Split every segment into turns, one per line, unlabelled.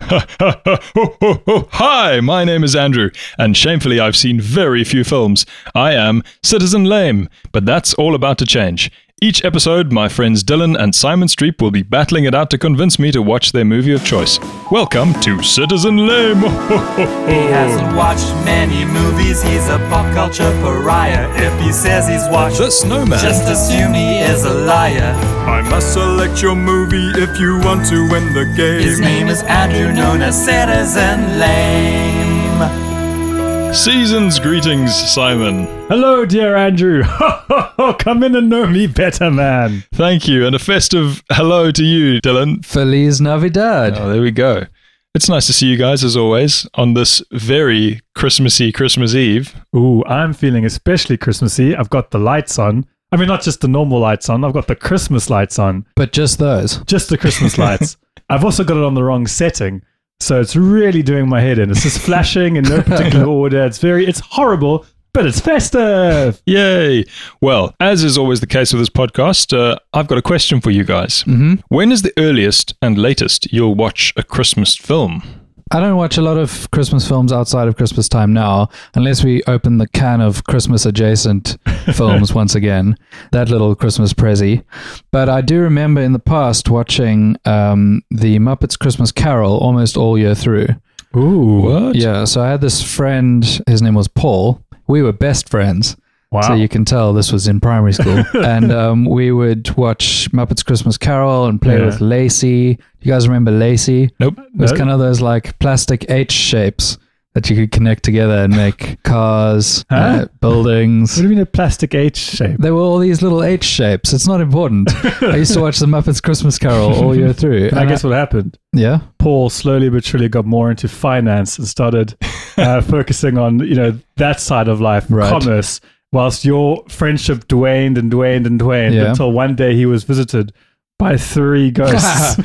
Hi, my name is Andrew, and shamefully, I've seen very few films. I am Citizen Lame, but that's all about to change. Each episode, my friends Dylan and Simon Streep will be battling it out to convince me to watch their movie of choice. Welcome to Citizen Lame!
He hasn't watched many movies, he's a pop culture pariah. If he says he's watched,
the Snowman!
just assume he is a liar.
I must select your movie if you want to win the
His name is Andrew, known as Citizen Lame.
Season's greetings, Simon.
Hello, dear Andrew. Come in and know me better, man.
Thank you, and a festive hello to you, Dylan.
Feliz Navidad.
Oh, there we go. It's nice to see you guys as always on this very Christmassy Christmas Eve.
Ooh, I'm feeling especially Christmassy. I've got the lights on. I mean, not just the normal lights on, I've got the Christmas lights on,
But just those.
just the Christmas lights. I've also got it on the wrong setting. So it's really doing my head in. It's just flashing in no particular order. It's very, it's horrible, but it's festive.
Yay! Well, as is always the case with this podcast, uh, I've got a question for you guys. Mm-hmm. is the earliest and latest you'll watch a Christmas film?
I don't watch a lot of Christmas films outside of Christmas time now, unless we open the can of Christmas adjacent films once again. That little Christmas prezi. But I do remember in the past watching um, the Muppets Christmas Carol almost all year through.
Ooh.
What?
Yeah, so I had this friend, his name was Paul. We were best friends.
Wow.
So you can tell this was in primary school. and um, we would watch Muppets Christmas Carol and play
Yeah.
with Lacey. You guys remember Lacey?
Nope.
It was
No.
kind of those like plastic H shapes that you could connect together and make cars,
Huh?
uh, buildings.
What do you mean a plastic H shape?
There were all these little H shapes. It's not important. I used to watch the Muppets Christmas Carol all year through.
And I
And
guess what happened?
yeah.
Paul slowly but surely got more into finance and started uh, focusing on you know that side of life,
Right.
commerce, whilst your friendship waned and waned and waned
Yeah.
until one day he was visited by three ghosts.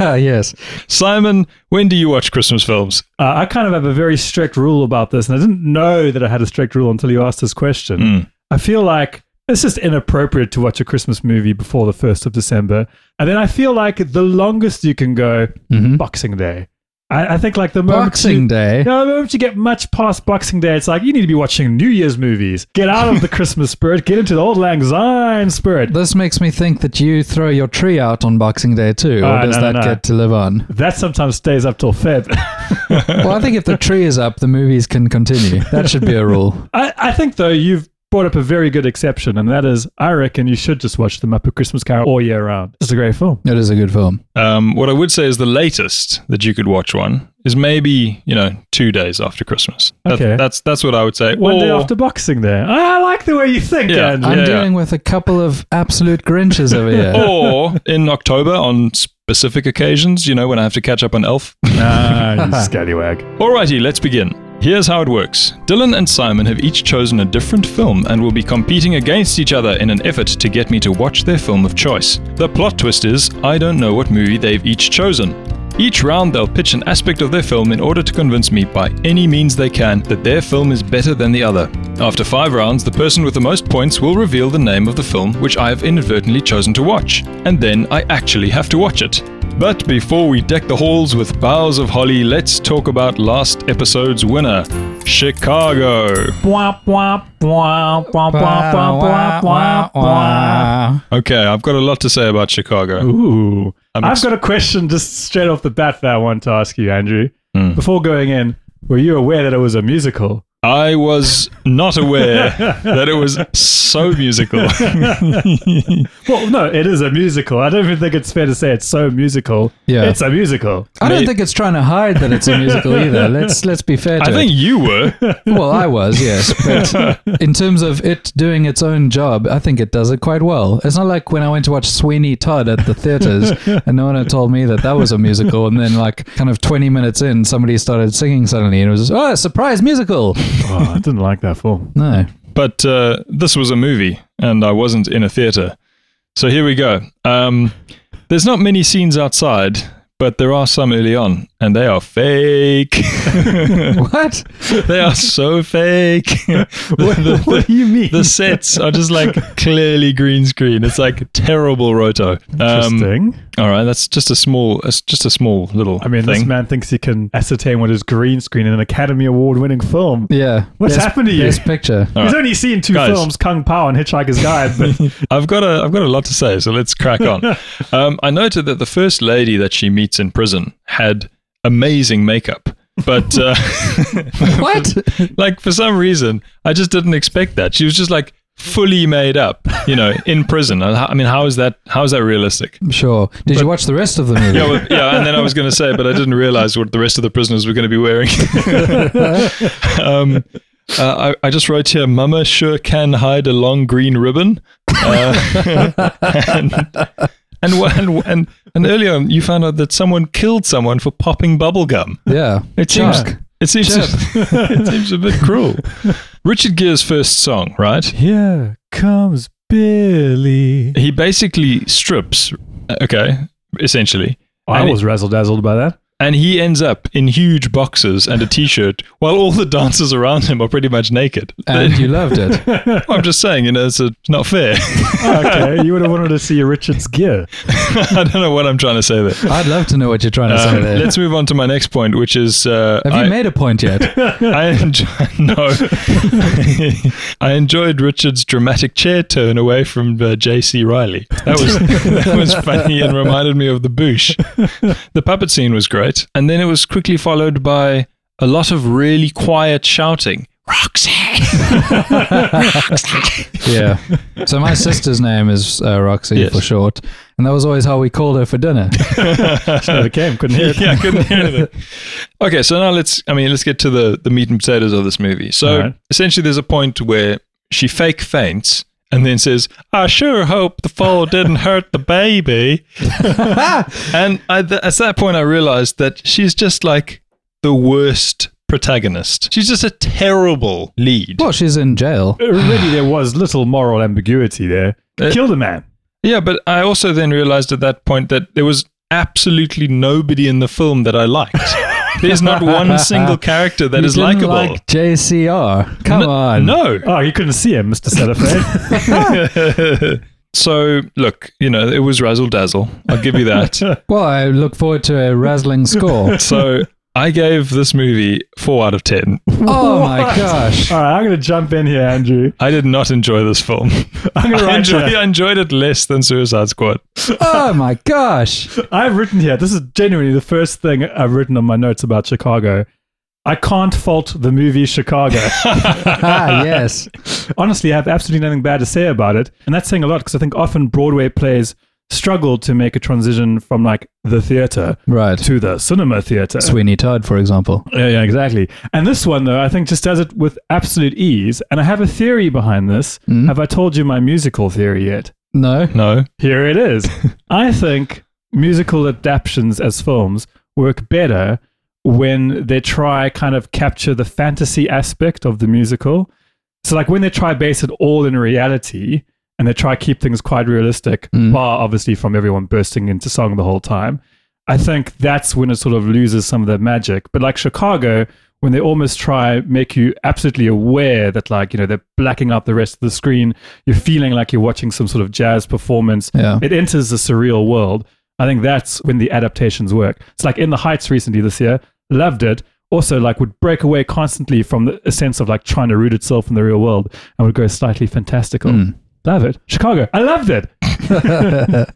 uh,
yes.
Simon, when do you watch Christmas films?
Uh, I kind of have a very strict rule about this, and I didn't know that I had a strict rule until you asked this question.
Hmm.
I feel like it's just inappropriate to watch a Christmas movie before the first of December, and then I feel like the longest you can go
Mhm.
Boxing Day. I, I think like the moment you-
Boxing Day.
No, the moment you get much past Boxing Day, it's like you need to be watching New Year's movies. Get out of the Christmas spirit. Get into the old Lang Syne spirit.
This makes me think that you throw your tree out on Boxing Day too, or
Ah,
does
no, no,
that
no.
get to live on?
That sometimes stays up till Feb.
Well, I think if the tree is up, the movies can continue. That should be a rule.
I, I think though you've brought up a very good exception, and that is, I reckon you should just watch the Muppet Christmas Carol all year round. It's a great film.
It is a good film.
Um, what I would say is the latest that you could watch one is maybe you know two days after Christmas. That-
Okay.
that's that's what I would say.
One day
Or-
after Boxing Day. Ah, I like the way you think,
Yeah.
Andrew.
I'm
Yeah. Oh,
dealing with a couple of absolute Grinches over here.
or in October on specific occasions, you know, when I have to catch up on Elf.
Nah, you scallywag.
Alrighty, let's begin. Here's how it works Dylan and Simon have each chosen a different film and will be competing against each other in an effort to get me to watch their film of choice. The plot twist is I don't know what movie they've each chosen. Each round, they'll pitch an aspect of their film in order to convince me by any means they can that their film is better than the other. After five rounds, the person with the most points will reveal the name of the film which I have inadvertently chosen to watch, and then I actually have to watch it. But before we deck the halls with boughs of holly, let's talk about last episode's winner, Chicago.
Bwah, bwah, bwah, bwah, bwah,
uh,
bwah, bwah, bwah, bwah.
Okay, I've got a lot to say about Chicago.
Ooh. i
I'm
have
ex-
got a question just straight off the bat that I want to ask you, Andrew.
Hmm.
Before going in, were you aware that it was a musical?
I was not aware that it was so musical.
Well, no, it is a musical. I don't even think it's fair to say it's so musical.
Yeah.
It's a musical.
I don't think it's trying to hide that it's a musical either. Let's let's be fair to
I
it.
think you were.
well, I was, yes. But in terms of it doing its own job, I think it does it quite well. It's not like when I went to watch Sweeney Todd at the theaters and no one had told me that that was a musical. And then, like, kind of 20 minutes in, somebody started singing suddenly and it was just, oh, a surprise musical.
Oh, I didn't like that film.
No.
But uh, this was a movie, and I wasn't in a theater. So here we go. Um, there's not many scenes outside, but there are some early on, and they are fake.
What?
they are so fake.
What,
the-
what do you mean?
the sets are just like clearly green screen. It's like terrible roto. Um,
Interesting.
All right, that's just a small, it's just a small little.
I mean,
thing.
this man thinks he can ascertain what is green screen in an Academy Award winning film.
Yeah.
What's
Best-
happened to you?
Best picture.
All
He's
right.
only seen two
Guys.
films, Kung Pao and Hitchhiker's Guide, but
I've got a I've got a lot to say, so let's crack on. um, I noted that the first lady that she meets in prison had amazing makeup, but uh,
What?
like for some reason, I just didn't expect that. She was just like fully made up, you know, in prison. I I mean, how is that how is that realistic?
Sure. Did you watch the rest of the movie?
Yeah, well, yeah, and then I was going to say, but I didn't realize what the rest of the prisoners were going to be wearing. um, uh, I, I just wrote here, Mama sure can hide a long green ribbon. Uh, and, and, wha- and, and, and earlier on, you found out that someone killed someone for popping bubblegum.
yeah.
It seems,
Chuck.
it, seems it seems a bit cruel. Richard Gere's first song, right?
here comes Billy.
He basically strips, uh, okay, essentially.
I
And
was razzle dazzled by that.
And he ends up in huge boxes and a t-shirt, while all the dancers around him are pretty much naked.
And you loved it.
I'm just saying, you know, it's a, not fair.
okay, you would have wanted to see Richard's gear.
I don't know what I'm trying to say there.
I'd love to know what you're trying to
Uh,
say there.
let's move on to my next point, which is uh,
Have you
I,
made a point yet?
I enjoy, no, I enjoyed Richard's dramatic chair turn away from uh, J.C. Riley. That was that was funny and reminded me of the Boosh. The puppet scene was great, and then it was quickly followed by a lot of really quiet shouting.
yeah. So my sister's name is uh, Roxy
Yes.
for short, and that was always how we called her for dinner.
Just never came, couldn't hear it.
yeah, I couldn't hear anything. Okay, so now let's. I mean, let's get to the the meat and potatoes of this movie. So
All right.
essentially, there's a point where she fake faints and then says, "I sure hope the fall didn't hurt the baby." and I, th- at that point, I realized that she's just like the worst protagonist. She's just a terrible lead.
Well, she's in jail.
Really, there was little moral ambiguity there.
Uh,
Kill the man.
Yeah, but I also then realized at that point that there was absolutely nobody in the film that I liked. There's not one single character that
You
is
didn't
likable.
Like JCR. Come
N-
on.
No.
Oh, you couldn't see him, eh? Mr. Setterfield.
so look, you know, it was razzle dazzle. I'll give you that.
Well, I look forward to a razzling score.
so I gave this movie four out of ten.
oh my gosh.
All right, I'm going to jump in here, Andrew.
I did not enjoy this film.
I'm going to
I,
write
enjoy,
here.
I enjoyed it less than Suicide Squad.
Oh my gosh.
I've written here. This is genuinely the first thing I've written on my notes about Chicago. I can't fault the movie Chicago.
Ah, yes.
Honestly, I have absolutely nothing bad to say about it, and that's saying a lot because I think often Broadway plays struggle to make a transition from like the theater
Right.
to the cinema theater.
Sweeney Todd, for example.
Yeah, yeah, exactly. And this one, though, I think just does it with absolute ease. And I have a theory behind this. Have I told you my musical theory yet?
No.
No.
Here it is. I think musical adaptions as films work better when they try kind of capture the fantasy aspect of the musical. So like when they try base it all in reality and they try keep things quite realistic, bar obviously from everyone bursting into song the whole time. I think that's when it sort of loses some of the magic. But like Chicago, when they almost try make you absolutely aware that like, you know, they're blacking out the rest of the screen, you're feeling like you're watching some sort of jazz performance.
Yeah.
It enters the surreal world. I think that's when the adaptations work. It's like in the Heights recently this year, loved it. Also, like, would break away constantly from the, a sense of like trying to root itself in the real world and would go slightly fantastical. Love it. Chicago, I loved it.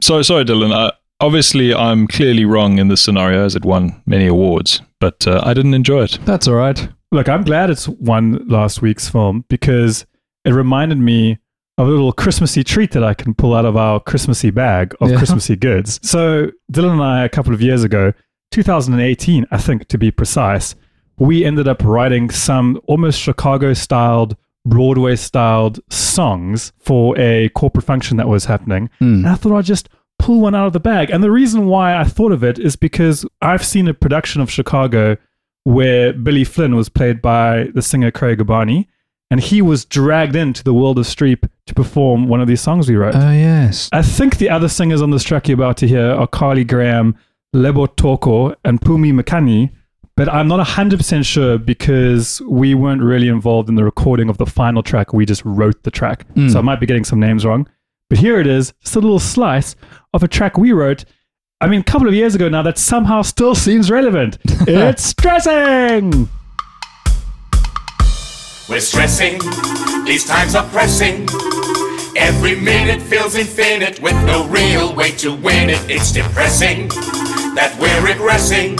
So sorry, Dylan. I, obviously, I'm clearly wrong in this scenario as it won many awards, but uh, I didn't enjoy it.
That's all right.
Look, I'm glad it's won last week's film because it reminded me of a little Christmassy treat that I can pull out of our Christmassy bag of
Yeah.
Christmassy goods. So, Dylan and I, a couple of years ago, 2018, I think to be precise, we ended up writing some almost Chicago styled, Broadway styled songs for a corporate function that was happening. And I thought I'd just pull one out of the bag. And the reason why I thought of it is because I've seen a production of Chicago where Billy Flynn was played by the singer Craig Abani, and he was dragged into the world of Streep to perform one of these songs we wrote.
Oh, yes.
I think the other singers on this track you're about to hear are Carly Graham, Lebo Toko, and Pumi Makani, but I'm not 100% sure because we weren't really involved in the recording of the final track. We just wrote the track. So I might be getting some names wrong. But here it is, just a little slice of a track we wrote. I mean, a couple of years ago now, that somehow still seems relevant. it's stressing.
We're stressing, these times are pressing. Every minute feels infinite with no real way to win it. It's depressing that we're regressing.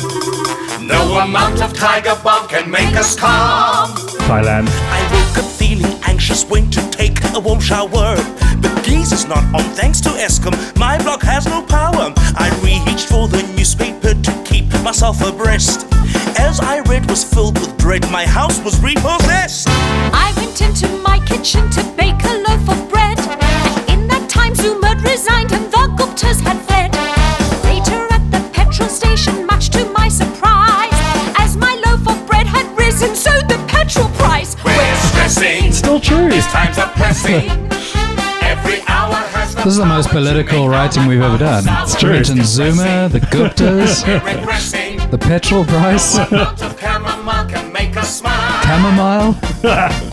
No amount of Tiger Bomb can make us calm.
Thailand.
I woke up feeling anxious when to take a warm shower. But Geese is not on thanks to Eskom. My blog has no power. I reached for the newspaper to keep myself abreast. As I read was filled with dread, my house was repossessed.
I went into my kitchen to bake a loaf of bread. And in that time, Zoom had resigned and the Guptas had fled. Later at the petrol station, much to my surprise, as my loaf of bread had risen, so the petrol price.
We're stressing,
Still true.
times are pressing. Every hour has
This is the most political writing we've ever done. It's
true.
Mentioned Zuma, the Guptas,
Regressing,
the petrol price,
amount of chamomile can make us smile.
chamomile.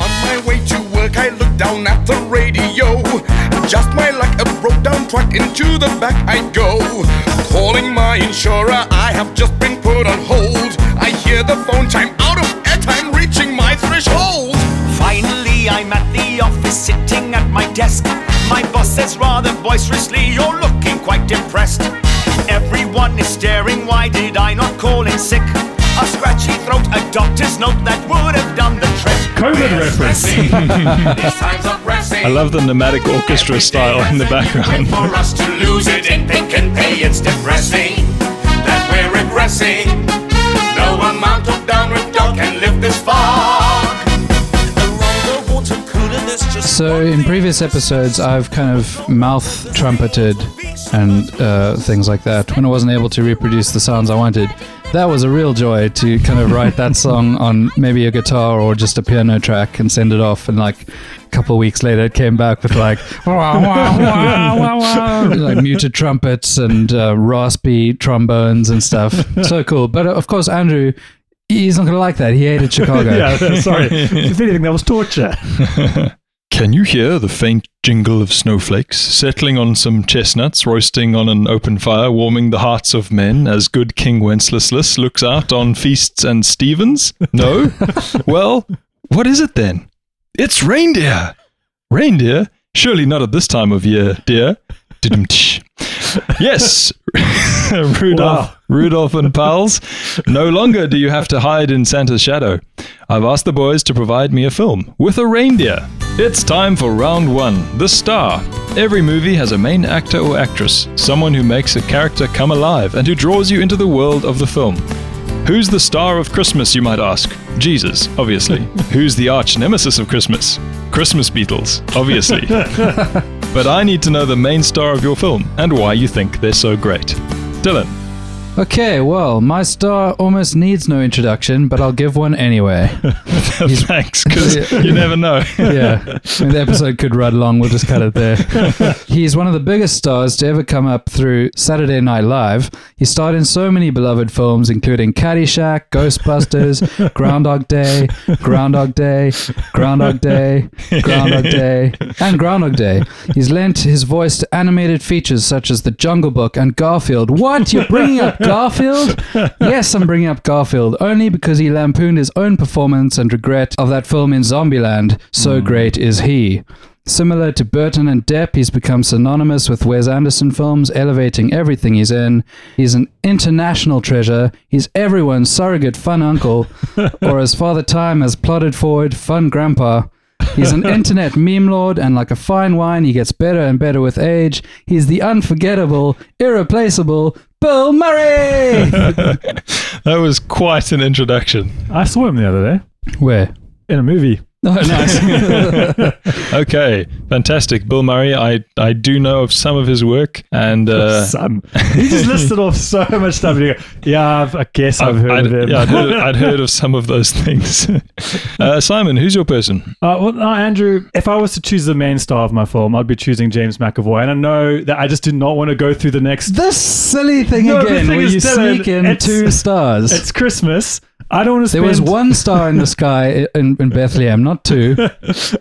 On my way to work, I look down at the radio. Just my luck, a broke down truck into the back I go. Calling my insurer, I have just been put on hold. I hear the phone chime out of airtime, reaching my threshold.
Finally, I'm at the office sitting at my desk. My boss says rather boisterously, You're looking quite depressed. Everyone is staring, why did I not call in sick? A scratchy throat, a doctor's note that would have done the trick.
COVID reference.
These times are pressing.
I love the nomadic orchestra style in the background.
For us to lose it and think and pay, it's depressing that we're regressing. No amount of downward dog can lift this far.
Around the water cooler, there's just
So in previous episodes, I've kind of mouth trumpeted and uh, things like that when I wasn't able to reproduce the sounds I wanted. That was a real joy to kind of write that song on maybe a guitar or just a piano track and send it off. And like a couple weeks later, it came back with like, wah, wah, wah, wah, wah, like muted trumpets and uh, raspy trombones and stuff. So cool. But of course, Andrew, he's not going to like that. He hated Chicago.
yeah, sorry. If anything, that was torture.
Can you hear the faint jingle of snowflakes settling on some chestnuts roasting on an open fire, warming the hearts of men as good King Wenceslas looks out on feasts and Stevens? No? well, what is it then? It's reindeer! Reindeer? Surely not at this time of year, dear. Didn't. Yes, Rudolph,
Wow.
Rudolph and pals. No longer do you have to hide in Santa's shadow. I've asked the boys to provide me a film with a reindeer. It's time for round one The Star. Every movie has a main actor or actress, someone who makes a character come alive and who draws you into the world of the film. Who's the star of Christmas, you might ask? Jesus, obviously. Who's the arch nemesis of Christmas? Christmas Beatles, obviously. but I need to know the main star of your film and why you think they're so great. Dylan,
Okay, well, my star almost needs no introduction, but I'll give one anyway.
thanks, because you never know.
Yeah, I mean, the episode could run long. We'll just cut it there. He's one of the biggest stars to ever come up through Saturday Night Live. He starred in so many beloved films, including Caddyshack, Ghostbusters, Groundhog Day, Groundhog Day, Groundhog Day, Groundhog Day, and Groundhog Day. He's lent his voice to animated features such as The Jungle Book and Garfield. What? You're bringing up Garfield? Yes, I'm bringing up Garfield only because he lampooned his own performance and regret of that film in Zombieland. So great is he. Similar to Burton and Depp, he's become synonymous with Wes Anderson films, elevating everything he's in. He's an international treasure. He's everyone's surrogate fun uncle, or as Father Time has plotted forward, fun grandpa. He's an internet meme lord, and like a fine wine, he gets better and better with age. He's the unforgettable, irreplaceable Bill Murray!
That was quite an introduction.
I saw him the other day
Where?
in a movie.
Oh, nice.
Okay, fantastic. Bill Murray, I, I do know of some of his work, and uh,
Some. He just listed off so much stuff. and you go, yeah, I've, I guess I've, heard
I'd,
of him.
yeah, I'd, heard, I'd heard of some of those things. Uh, Simon, who's your person?
Uh, well, no, Andrew, if I was to choose the main star of my film, I'd be choosing James McAvoy. And I know that I just did not want to go through the next.
this silly thing
No, the
again,
thing
where
is,
you
Dylan,
sneak in
it's-
two stars.
It's Christmas. I don't want to
there
spend.
was one star in the sky i- in, in Bethlehem, not two.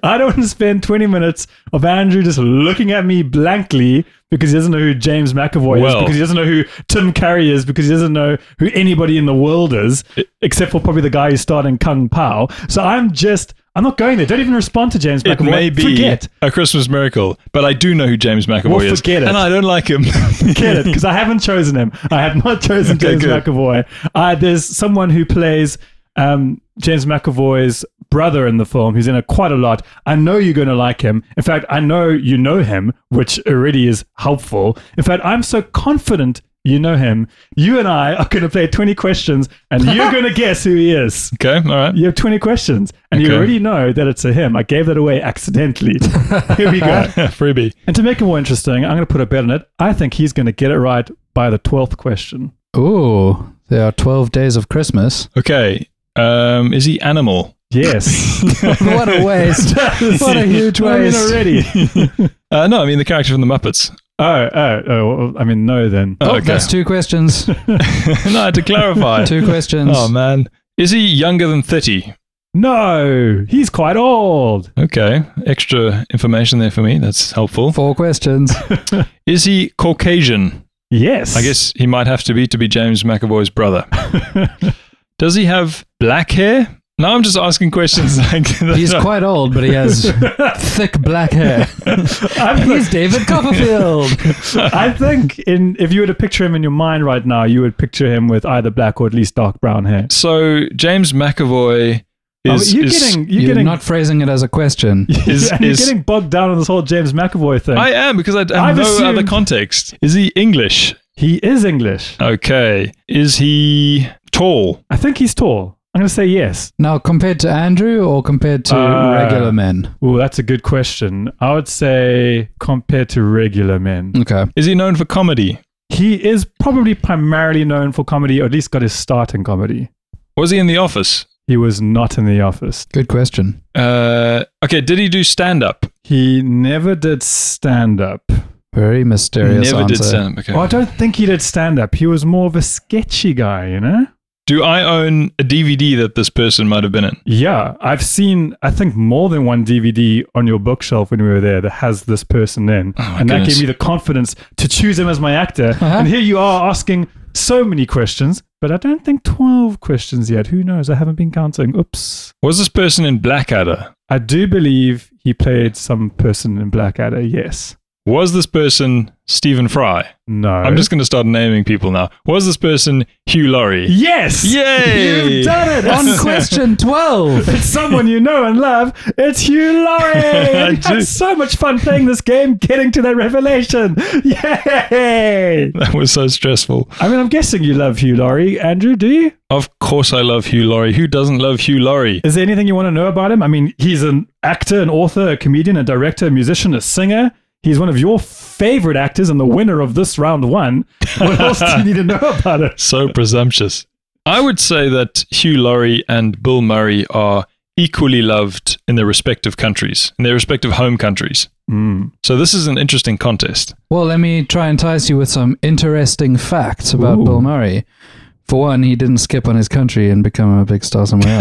I don't want to spend 20 minutes of Andrew just looking at me blankly because he doesn't know who James McAvoy is,
Well-
because he doesn't know who Tim Curry is, because he doesn't know who anybody in the world is, except for probably the guy who's starting Kung Pao. So I'm just, I'm not going there. Don't even respond to James
It
McAvoy.
may be
Forget.
a Christmas miracle, but I do know who James McAvoy
Well,
is,
forget it.
and I don't like him.
get it because I haven't chosen him. I have not chosen
Okay,
James
good.
McAvoy. Uh, there's someone who plays um, James McAvoy's brother in the film who's in it quite a lot. I know you're going to like him. In fact, I know you know him, which already is helpful. In fact, I'm so confident you know him. You and I are going to play 20 questions and you're going to guess who he is.
okay, all right.
You have 20 questions and you
Okay.
already know that it's a him. I gave that away accidentally. Here we go.
Freebie.
And to make it more interesting, I'm going to put a bet on it. I think he's going to get it right by the 12th question.
Ooh, there are 12 days of Christmas.
Okay. Um, is he animal?
Yes.
what a waste. what a huge
I mean,
waste.
already.
Uh, no, I mean the character from the Muppets.
oh, oh, oh, well, I mean, no, then.
Oh,
okay.
that's two questions.
no, I had to clarify.
Two questions.
Oh man, is he younger than thirty?
No, he's quite old.
Okay, extra information there for me. That's helpful.
Four questions.
Is he Caucasian?
Yes.
I guess he might have to be to be James McAvoy's brother. Does he have black hair? Now I'm just asking questions like that.
He's quite old, but he has thick black hair.
I,
He's David Copperfield.
I think in if you were to picture him in your mind right now, you would picture him with either black or at least dark brown hair.
so James McAvoy is
oh, you're
is-
getting, you're,
You're,
getting,
not phrasing it as a question.
is-
and you're
is-
getting bogged down in this whole James McAvoy thing.
I am because I have
I've
no
assumed-
other context. Is he English?
he is English.
Okay. Is he tall?
I think he's tall. I'm going to say yes.
Now, compared to Andrew or compared to
Uh,
regular men?
Well, that's a good question. I would say compared to regular men,
Okay.
Is he known for comedy?
he is probably primarily known for comedy, or at least got his start in comedy.
Was he in The Office?
He was not in the office.
Good question.
Uh, okay. Did he do stand up?
He never did stand up.
Very mysterious
Never
answer.
did stand up. Okay.
Well, I don't think he did stand up. He was more of a sketchy guy, you know?
Do I own a DVD that this person might have been in?
Yeah, I've seen, I think, more than one DVD on your bookshelf when we were there that has this person in.
Oh my
and
goodness.
that
Uh-huh.
gave me the confidence to choose him as my actor. And here you are asking so many questions, but I don't think 12 questions yet. Who knows? I haven't been counting. Oops.
Was this person in Blackadder?
I do believe he played some person in Blackadder. Yes.
Was this person Stephen Fry?
No.
I'm just going to start naming people now. Was this person Hugh Laurie?
Yes!
Yay!
You've done it!
On
On
question 12.
It's someone you know and love. It's Hugh Laurie. It's
do.
had so much fun playing this game, getting to that revelation. Yay!
That was so stressful.
I mean, I'm guessing you love Hugh Laurie, Andrew. Do you?
Of course, I love Hugh Laurie. Who doesn't love Hugh Laurie?
Is there anything you want to know about him? I mean, he's an actor, an author, a comedian, a director, a musician, a singer. He's one of your favorite actors and the winner of this round one. What else do you need to know about it?
So presumptuous. I would say that Hugh Laurie and Bill Murray are equally loved in their respective countries, in their respective home countries. So this is an interesting contest.
Well, let me try and entice you with some interesting facts about Bill Murray. For one, he didn't skip on his country and become a big star somewhere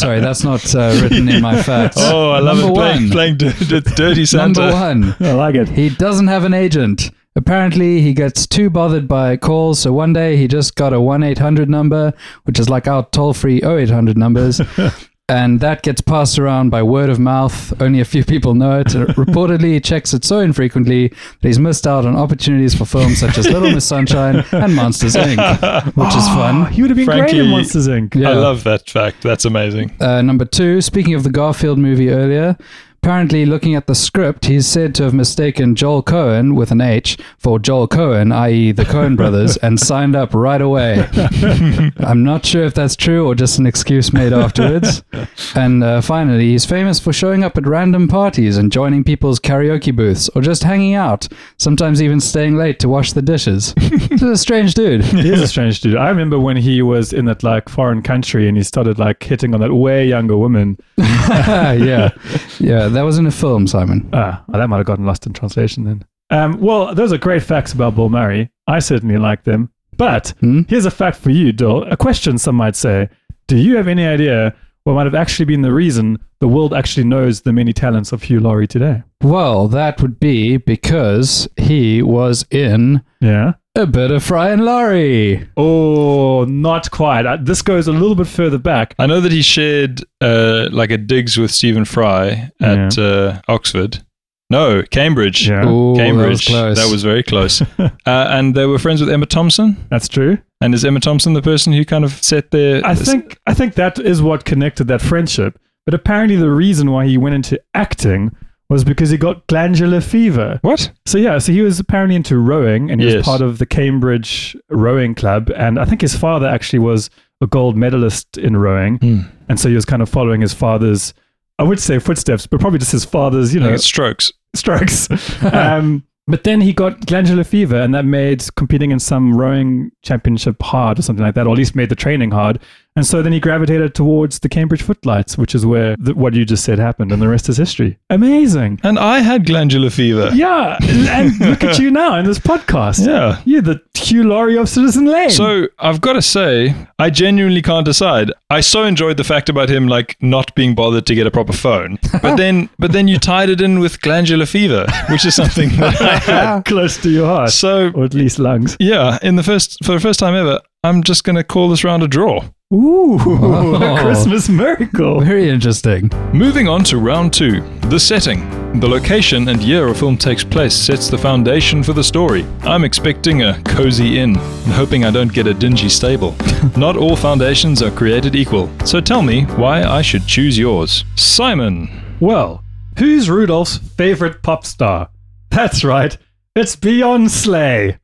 Sorry, that's not uh, written in my facts.
Oh, I love
Number
it
one.
playing, playing d- d- Dirty Santa.
Number one.
I like it.
He doesn't have an agent. Apparently, he gets too bothered by calls, so one day he just got a 1 800 number, which is like our toll free 0800 numbers. and that gets passed around by word of mouth. Only a few people know it. Uh, Reportedly, he checks it so infrequently that he's missed out on opportunities for films such as Little Miss Sunshine and Monsters Inc., which is fun.
He would have been great
Frankly-
in Monsters Inc. Uh,
Yeah.
I love that fact. That's amazing.
Uh, number two, speaking of the Garfield movie earlier, apparently looking at the script, he's said to have mistaken Joel Cohen with an H for Joel Cohen, i.e., the Cohen brothers, and signed up right away. I'm not sure if that's true or just an excuse made afterwards. and uh, finally, he's famous for showing up at random parties and joining people's karaoke booths or just hanging out, sometimes even staying late to wash the dishes. He's a strange dude.
He is a strange dude. I remember when he was in that like foreign country and he started like hitting on that way younger woman.
yeah. Yeah, that was in a film, Simon.
Ah, well, that might have gotten lost in translation then. Um, well, those are great facts about Bill Murray. I certainly like them. But here's a fact for you, Dill. A question, some might say. Do you have any idea what might have actually been the reason the world actually knows the many talents of Hugh Laurie today.
Well, that would be because he was in
Yeah.
a bit of Fry and Laurie.
Oh, not quite. I, this goes a little bit further back.
I know that he shared uh, like a digs with Stephen Fry at uh, Oxford. No, Cambridge.
Yeah.
Ooh,
Cambridge.
That was close.
very close. uh, and they were friends with Emma Thompson.
That's true.
And is Emma Thompson the person who kind of set their?
I think I think that is what connected that friendship. But apparently, the reason why he went into acting was because he got glandular fever.
what?
So yeah, so he was apparently into rowing, and he
Yes.
was part of the Cambridge rowing club. And I think his father actually was a gold medalist in rowing, and so he was kind of following his father's. I would say footsteps, but probably just his father's, you know,
Like it's strokes.
strokes. um, but then he got glandular fever, and that made competing in some rowing championship hard or something like that, or at least made the training hard. And so then he gravitated towards the Cambridge Footlights, which is where the, what you just said happened, and the rest is history. Amazing.
And I had glandular fever.
Yeah. And look at you now in this podcast.
Yeah.
You're the Hugh Laurie of Citizen Lane.
So I've got to say, I genuinely can't decide. I so enjoyed the fact about him like not being bothered to get a proper phone, but then but then you tied it in with glandular fever, which is something that I had.
close to your heart,
So
or at least lungs.
yeah, in the first for the first time ever, I'm just gonna call this round a draw.
Ooh,
Oh.
a Christmas miracle.
Very interesting.
Moving on to round two, the setting. The location and year a film takes place sets the foundation for the story. I'm expecting a cozy inn and hoping I don't get a dingy stable. Not all foundations are created equal, so tell me why I should choose yours. Simon!
Well, who's Rudolph's favorite pop star? That's right, it's Beyonce.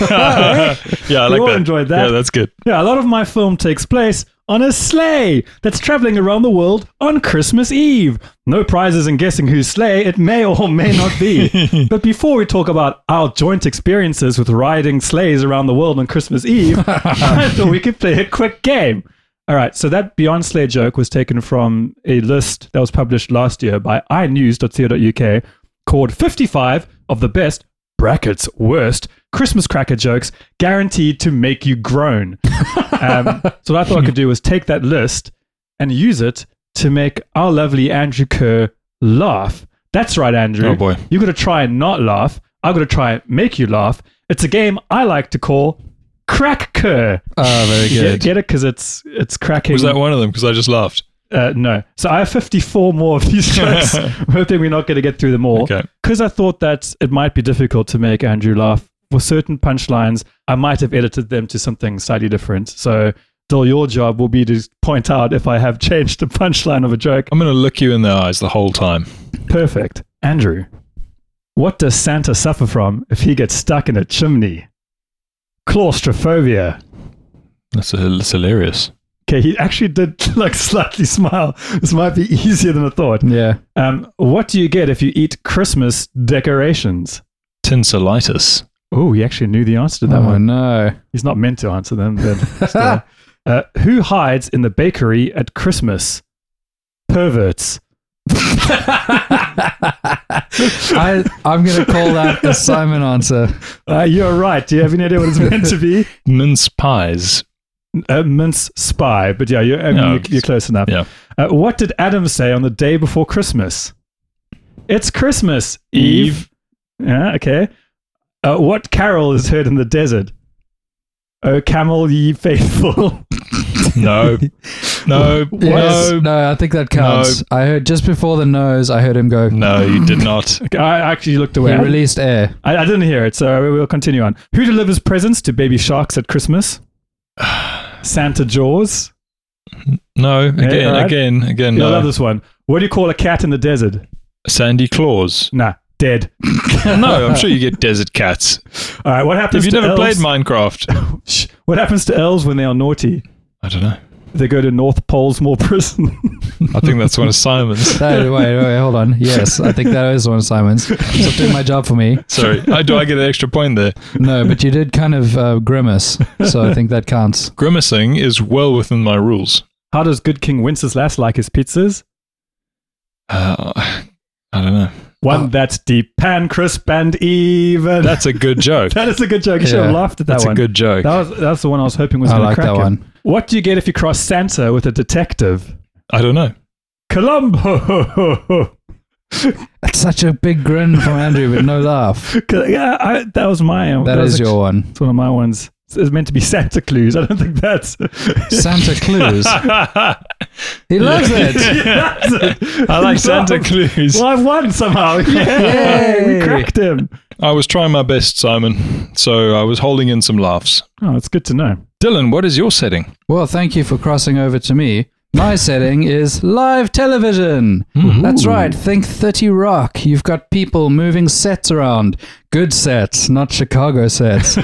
Yeah, I
like all that. enjoyed that.
Yeah, that's good.
Yeah, a lot of my film takes place on a sleigh that's traveling around the world on Christmas Eve. No prizes in guessing whose sleigh it may or may not be. but before we talk about our joint experiences with riding sleighs around the world on Christmas Eve, I thought we could play a quick game. All right, so that Beyond Sleigh joke was taken from a list that was published last year by inews.co.uk called 55 of the best brackets worst Christmas cracker jokes guaranteed to make you groan. Um, so what I thought I could do was take that list and use it to make our lovely Andrew Kerr laugh. That's right, Andrew.
Oh, boy.
You got to try and not laugh. I've got to try and make you laugh. It's a game I like to call Crack Kerr.
Ah, very
Get,
good.
get it? Because it's it's cracking.
Was that one of them? Because I just laughed.
Uh, no. So I have 54 more of these jokes. Hoping we're not going to get through them all.
Okay.
Because I thought that it might be difficult to make Andrew laugh. For certain punchlines, I might have edited them to something slightly different. So, Dill, your job will be to point out if I have changed the punchline of a joke.
I'm going to look you in the eyes the whole time.
Perfect. Andrew, what does Santa suffer from if he gets stuck in a chimney? Claustrophobia.
That's, that's hilarious.
Okay, he actually did like slightly smile. This might be easier than I thought.
Yeah.
Um, what do you get if you eat Christmas decorations?
Tinselitis.
Oh, he actually knew the answer to that
oh,
one.
no.
He's not meant to answer them, but still. Uh, who hides in the bakery at Christmas? Perverts.
I, I'm going to call that the Simon answer.
Uh, you're right. Do you have any idea what it's meant to be?
Mince pies.
A mince spy. But yeah, you're, I mean,
No,
you're, you're close enough.
Yeah.
Uh, what did Adam say on the day before Christmas? It's Christmas
Eve.
Yeah, okay. Uh, what carol is heard in the desert? Oh, camel, ye faithful.
No. no.
Yes.
No.
No, I think that counts. I heard just before the nose, I heard him go,
No, you did not.
Okay, I actually looked away.
he released air.
I, I didn't hear it, so we'll continue on. Who delivers presents to baby sharks at Christmas? Santa Jaws.
No, again,
alright.
again, again.
You'll love
No.
this one. What do you call a cat in the desert?
Sandy Claus.
Nah, dead.
no, I'm sure you get desert cats.
All right, what
If
happens
you
to
never played
elves?
Minecraft,
Shh. What happens to elves when they are naughty?
I don't know.
They go to North Polesmore prison.
I think that's one of Simon's.
No, wait, wait, hold on. Yes, I think that is one of Simon's. Stop doing my job for me.
Sorry, I, do I get an extra point there?
No, but you did kind of uh, grimace, so I think that counts.
Grimacing is well within my rules.
How does good King Wenceslas like his pizzas?
Uh, I don't know.
One that's deep, pan crisp and even.
That's a good joke.
that is a good joke. You should
Yeah,
have laughed at that
That's
one.
a good joke.
That was that's the one I was hoping was
I
going
like
to crack
that
him.
one.
What do you get if you cross Santa with a detective?
I don't know.
Colombo.
That's such a big grin from Andrew, but no laugh.
yeah, I, that was my.
That
was
is
actu-
your one.
It's one of my ones. It's- It's meant to be Santa Claus. I don't think that's.
Santa Claus. He loves it.
I like Santa
Claus.
Claus.
Well, I've won somehow. Yeah, we cracked him.
I was trying my best, Simon. So I was holding in some laughs.
Oh, it's good to know.
Dylan, what is your setting?
Well, thank you for crossing over to me. My setting is live television. That's right. Think 30 Rock. You've got people moving sets around. Good sets, not Chicago sets.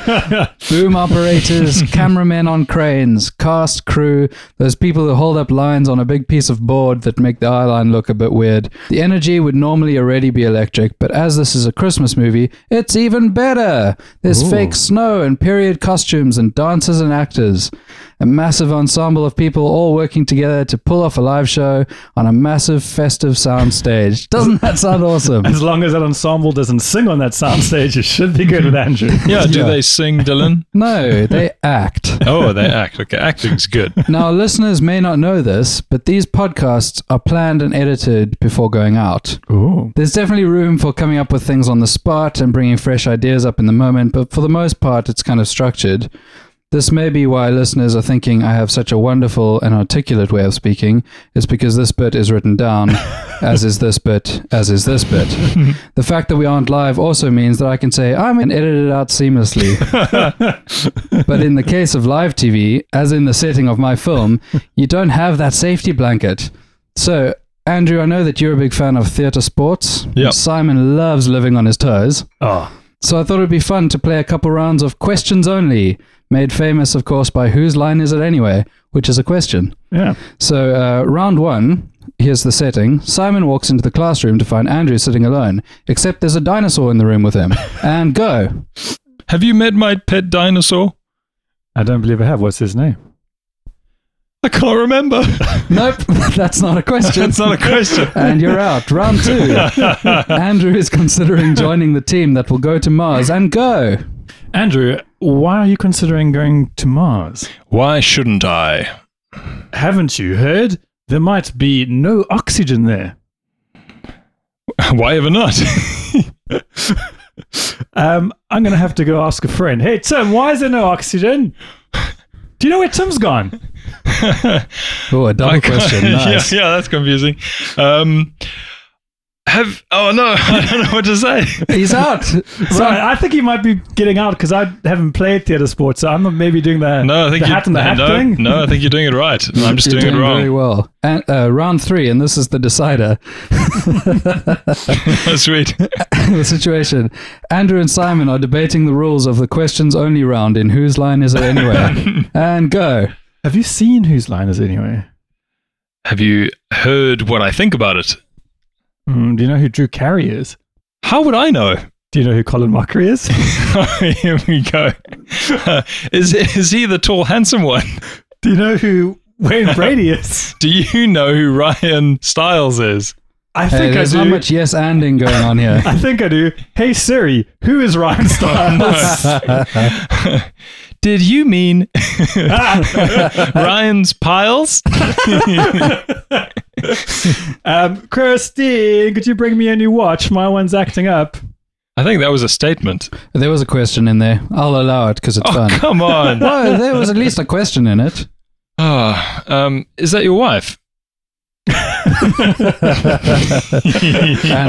Boom operators, cameramen on cranes, cast crew, those people who hold up lines on a big piece of board that make the eye line look a bit weird. The energy would normally already be electric, but as this is a Christmas movie, it's even better. There's fake snow and period costumes and dancers and actors. A massive ensemble of people all working together to pull off a live show on a massive festive soundstage. Doesn't that sound awesome?
As long as that ensemble doesn't sing on that soundstage, it should be good with Andrew.
Yeah, do they sing, Dylan?
No, they act.
Oh, they act. Okay, acting's good.
Now, listeners may not know this, but these podcasts are planned and edited before going out.
Ooh.
There's definitely room for coming up with things on the spot and bringing fresh ideas up in the moment, but for the most part, it's kind of structured. This may be why listeners are thinking I have such a wonderful and articulate way of speaking, is because this bit is written down, as is this bit, as is this bit. the fact that we aren't live also means that I can say I'm and edit it out seamlessly. but in the case of live TV, as in the setting of my film, you don't have that safety blanket. So, Andrew, I know that you're a big fan of theatre sports.
Yep. Ah.
Simon loves living on his toes.
Oh.
So I thought it'd be fun to play a couple rounds of questions only, made famous, of course, by Whose Line Is It Anyway? which is a question.
Yeah.
So, uh, round one, here's the setting. Simon walks into the classroom to find Andrew sitting alone, except there's a dinosaur in the room with him. and go.
Have you met my pet dinosaur?
I don't believe I have. What's his name?
I can't remember.
Nope, that's not a question.
That's not a question.
and you're out. Round two. Andrew is considering joining the team that will go to Mars and go.
Andrew, why are you considering going to Mars?
Why shouldn't I?
Haven't you heard? There might be no oxygen there.
Why ever not?
Um, I'm going to have to go ask a friend. Hey, Tim, why is there no oxygen? Do you know where Tim's gone?
Oh, a double question. Nice.
yeah, yeah, that's confusing. Um, have oh no, I don't know what to say.
He's out. So
Right, I think he might be getting out because I haven't played theatre sports, so I'm not maybe doing the,
No, I think
the
you,
hat and the hat
no,
thing.
No, I think you're doing it right. I'm just
You're
doing, it wrong.
Very well. And, uh, round three, and this is the decider.
Sweet.
the situation. Andrew and Simon are debating the rules of the questions only round in whose line is it anyway? and go.
Have you seen Whose Line Is It Anyway?
Have you heard what I think about it?
Mm, do you know who Drew Carey is?
How would I know?
Do you know who Colin Mockery is?
Here we go. is is he the tall, handsome one?
do you know who Wayne Brady is?
Do you know who Ryan Stiles is?
I
Hey,
think I
Uh, there's
do.
not much yes anding going on here.
I think I do. Hey Siri, who is Ryan Stiles?
Did you mean Ryan's piles?
um, Christine, could you bring me a new watch? My one's acting up.
I think that was a statement.
there was a question in there. I'll allow it because it's fun.
Oh, Come on.
No, there was at least a question in it.
Ah, um, is that your wife?
And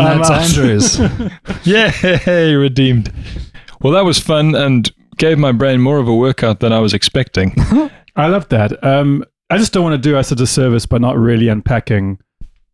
I'm
that's
out.
Andrew's.
Yay, redeemed. Well, that was fun and gave my brain more of a workout than I was expecting.
I love that. Um, I just don't want to do us a disservice by not really unpacking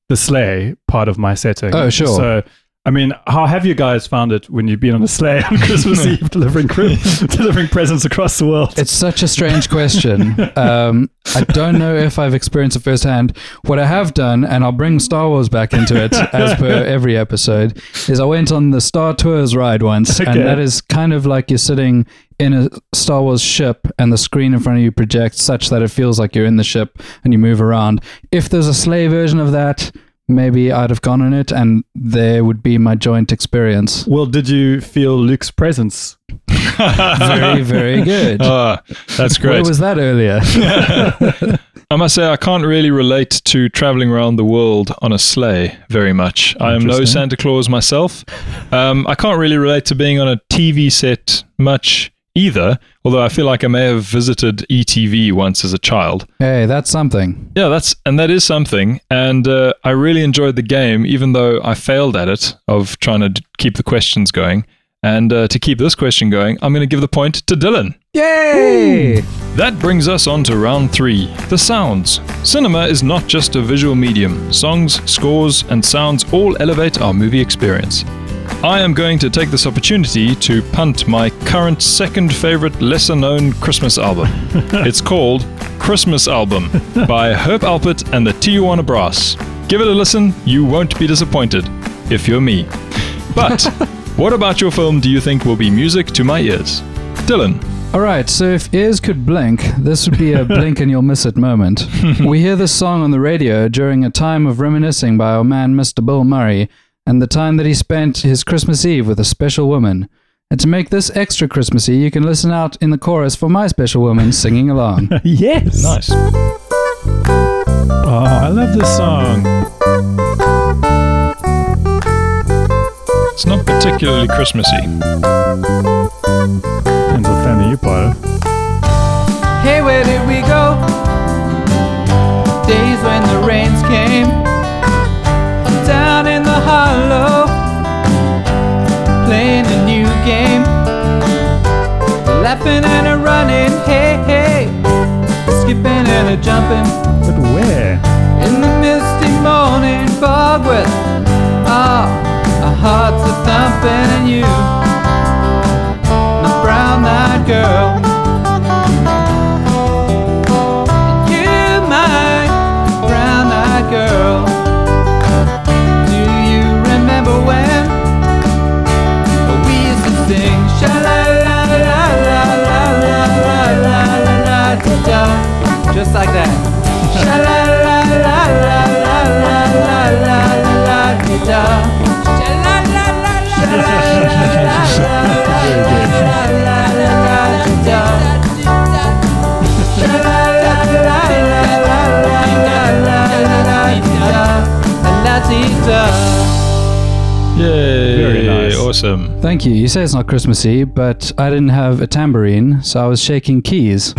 the sleigh part of my setting.
Oh, sure.
So, I mean, how have you guys found it when you've been on a sleigh on Christmas Eve delivering cri- delivering presents across the world?
It's such a strange question. Um, I don't know if I've experienced it firsthand. What I have done, and I'll bring Star Wars back into it as per every episode, is I went on the Star Tours ride once,
Okay.
and that is kind of like you're sitting in a Star Wars ship, and the screen in front of you projects such that it feels like you're in the ship and you move around. If there's a sleigh version of that, maybe I'd have gone on it and there would be my joint experience.
Well, did you feel Luke's presence?
Very, very good.
Ah, that's
Where
great.
was that earlier?
I must say, I can't really relate to traveling around the world on a sleigh very much. I am no
Interesting.
Santa Claus myself. Um, I can't really relate to being on a TV set much either, although I feel like I may have visited ETV once as a child.
hey, that's something.
Yeah, that's and that is something. And uh, I really enjoyed the game, even though I failed at it of trying to d- keep the questions going. And uh, to keep this question going, I'm going to give the point to Dylan.
Yay!
That brings us on to round three the sounds. Cinema is not just a visual medium, songs, scores, and sounds all elevate our movie experience. I am going to take this opportunity to punt my current second favorite lesser known Christmas album. it's called Christmas Album by Herb Alpert and the Tijuana Brass. Give it a listen, you won't be disappointed, if you're me. But what about your film do you think will be music to my ears? Dylan,
All right, so if ears could blink, this would be a blink and you'll miss it moment. we hear this song on the radio during a time of reminiscing by our man, Mr. Bill Murray, and the time that he spent his Christmas Eve with a special woman. And to make this extra Christmassy, you can listen out in the chorus for my special woman singing along.
Yes.
nice.
Oh, I love this song.
It's not particularly Christmassy.
Depends what family you part of.
Hey, where did we go? Days when the rains came. Down in the hollow, playing a new game. Laughing and a running, hey, hey. Skipping and a jumping
But where?
in the misty morning fog with ah, our hearts are thumping and you, my brown-eyed girl. You, my brown-eyed girl. Do you remember when we used to sing sha la la la la la la la la la la da da, just like that. Sha la la la la la la la la la la da da. Sha la la la la la la la la la la da da.
Yay!
Very nice.
Awesome.
Thank you. You say it's not Christmassy, but I didn't have a tambourine, so I was shaking keys.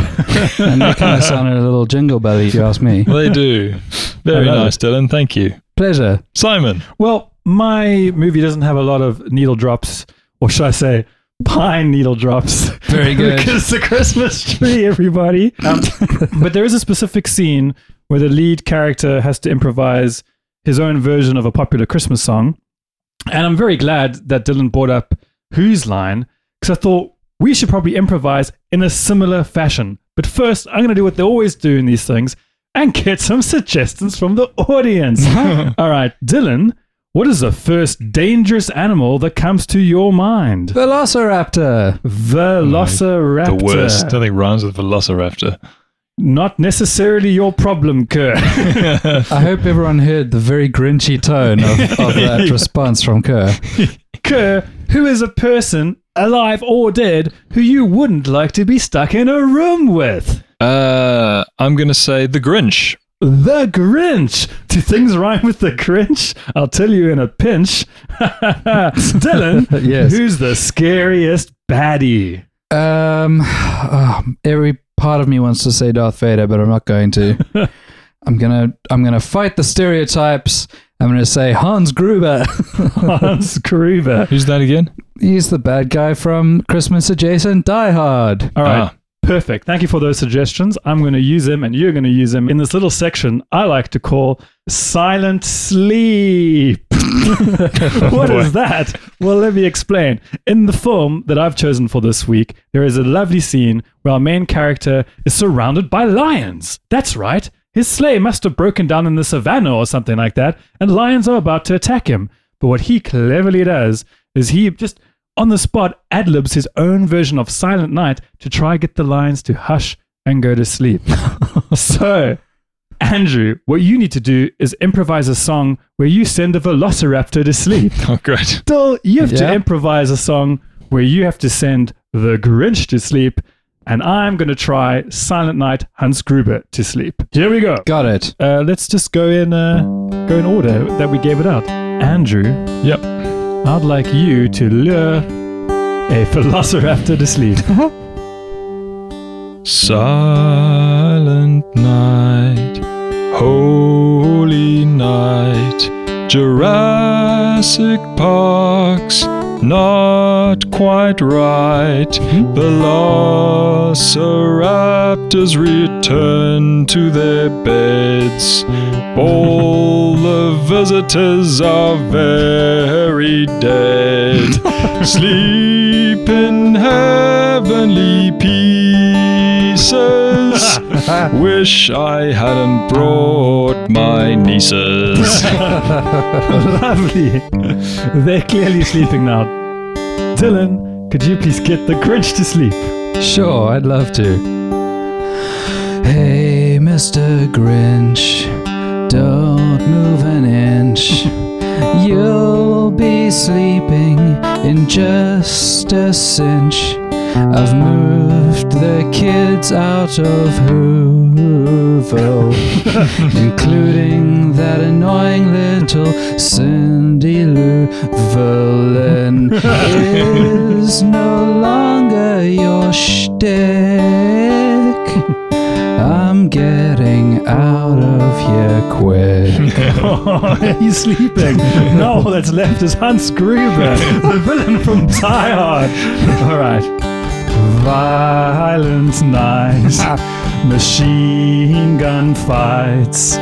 and they kind of sounded a little jingle belly, if you ask me.
They do. Very
I love
nice, Dylan. Thank you.
Pleasure.
Simon.
Well, my movie doesn't have a lot of needle drops, or should I say, pine needle drops.
Very good.
because the Christmas tree, everybody. Um, but there is a specific scene where the lead character has to improvise his own version of a popular Christmas song. And I'm very glad that Dylan brought up Who's Line, because I thought we should probably improvise in a similar fashion. But first, I'm going to do what they always do in these things and get some suggestions from the audience. All right, Dylan, what is the first dangerous animal that comes to your mind?
Velociraptor.
Velociraptor.
The worst. I
uh,
don't think rhymes with Velociraptor.
Not necessarily your problem, Kerr.
I hope everyone heard the very grinchy tone of, of that response from Kerr.
Kerr, who is a person, alive or dead, who you wouldn't like to be stuck in a room with?
Uh, I'm going to say The Grinch.
The Grinch. Do things rhyme with the Grinch? I'll tell you in a pinch. Dylan,
Yes.
who's the scariest baddie?
Um, ah, every part of me wants to say Darth Vader, but I'm not going to. I'm gonna I'm gonna fight the stereotypes. I'm gonna say Hans Gruber.
Hans Gruber.
Who's that again?
He's the bad guy from Christmas Adjacent Die Hard.
All right.
Ah.
Perfect. Thank you for those suggestions. I'm going to use them and you're going to use them in this little section I like to call silent sleep. what is that? Well, let me explain. In the film that I've chosen for this week, there is a lovely scene where our main character is surrounded by lions. That's right. His sleigh must have broken down in the savannah or something like that, and lions are about to attack him. But what he cleverly does is he just on the spot ad libs his own version of Silent Night to try get the lions to hush and go to sleep. so Andrew, what you need to do is improvise a song where you send a velociraptor to sleep.
Oh, great.
Still, you have to
Yeah.
improvise a song where you have to send the Grinch to sleep, and I'm going to try Silent Night Hans Gruber to sleep. Here we go.
Got it.
Uh, let's just go in uh, go in order that we gave it out. Andrew,
Yep.
I'd like you to lure a velociraptor to sleep.
Silent night, holy night, Jurassic Park's not quite right. Velociraptors return to their beds. All the visitors are very dead. Sleep in heavenly pieces. Wish I hadn't brought my nieces.
Lovely. They're clearly sleeping now. Dylan, could you please get the Grinch to sleep?
Sure, I'd love to. Hey, Mr. Grinch, don't move an inch. You'll be sleeping in just a cinch. I've moved the kids out of Whoville, including that annoying little Cindy Lou Villain is no longer your shtick. I'm getting out of here quick.
Oh, he's sleeping. no, all that's left is Hans Gruber, the villain from Die Hard. All right. Violent knives, machine gun fights,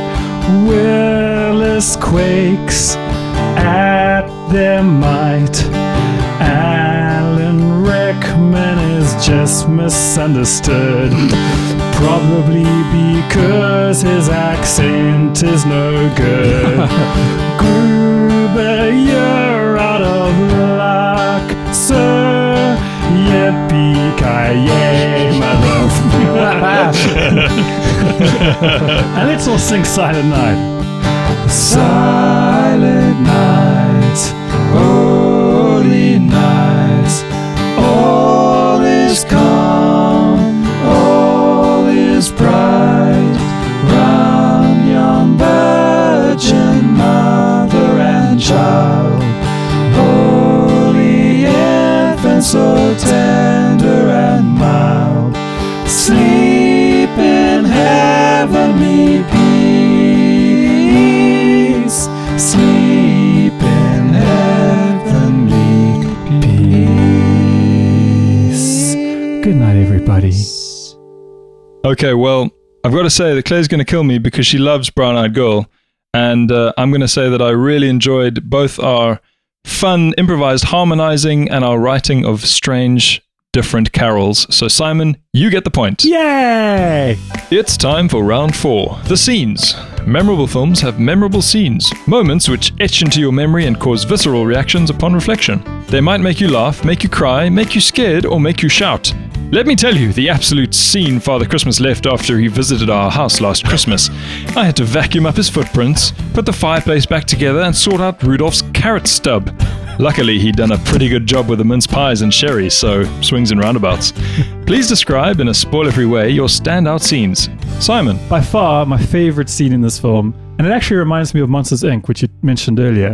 Willis quakes at their might. Alan Rickman is just misunderstood. Probably because his accent is no good. Gruber, you're out of luck, sir. Yippee ki motherfucker. and let's all sing Silent Night. Silent Night, holy night, all is calm, all is bright, round yon virgin mother and child. Holy infant, so tender and mild, sleep in heavenly peace, sleep in heavenly peace. Good night, everybody.
Okay, well, I've got to say that Claire's going to kill me because she loves Brown Eyed Girl. And uh, I'm going to say that I really enjoyed both our fun improvised harmonizing and our writing of strange, different carols. So, Simon, you get the point.
Yay!
It's time for round four the scenes. Memorable films have memorable scenes, moments which etch into your memory and cause visceral reactions upon reflection. They might make you laugh, make you cry, make you scared, or make you shout. Let me tell you the absolute scene Father Christmas left after he visited our house last Christmas. I had to vacuum up his footprints, put the fireplace back together, and sort out Rudolph's carrot stub. Luckily, he'd done a pretty good job with the mince pies and sherry, so swings and roundabouts. Please describe in a spoiler-free way your standout scenes. Simon.
by far my favorite scene in this film, and it actually reminds me of Monsters Inc., which you mentioned earlier,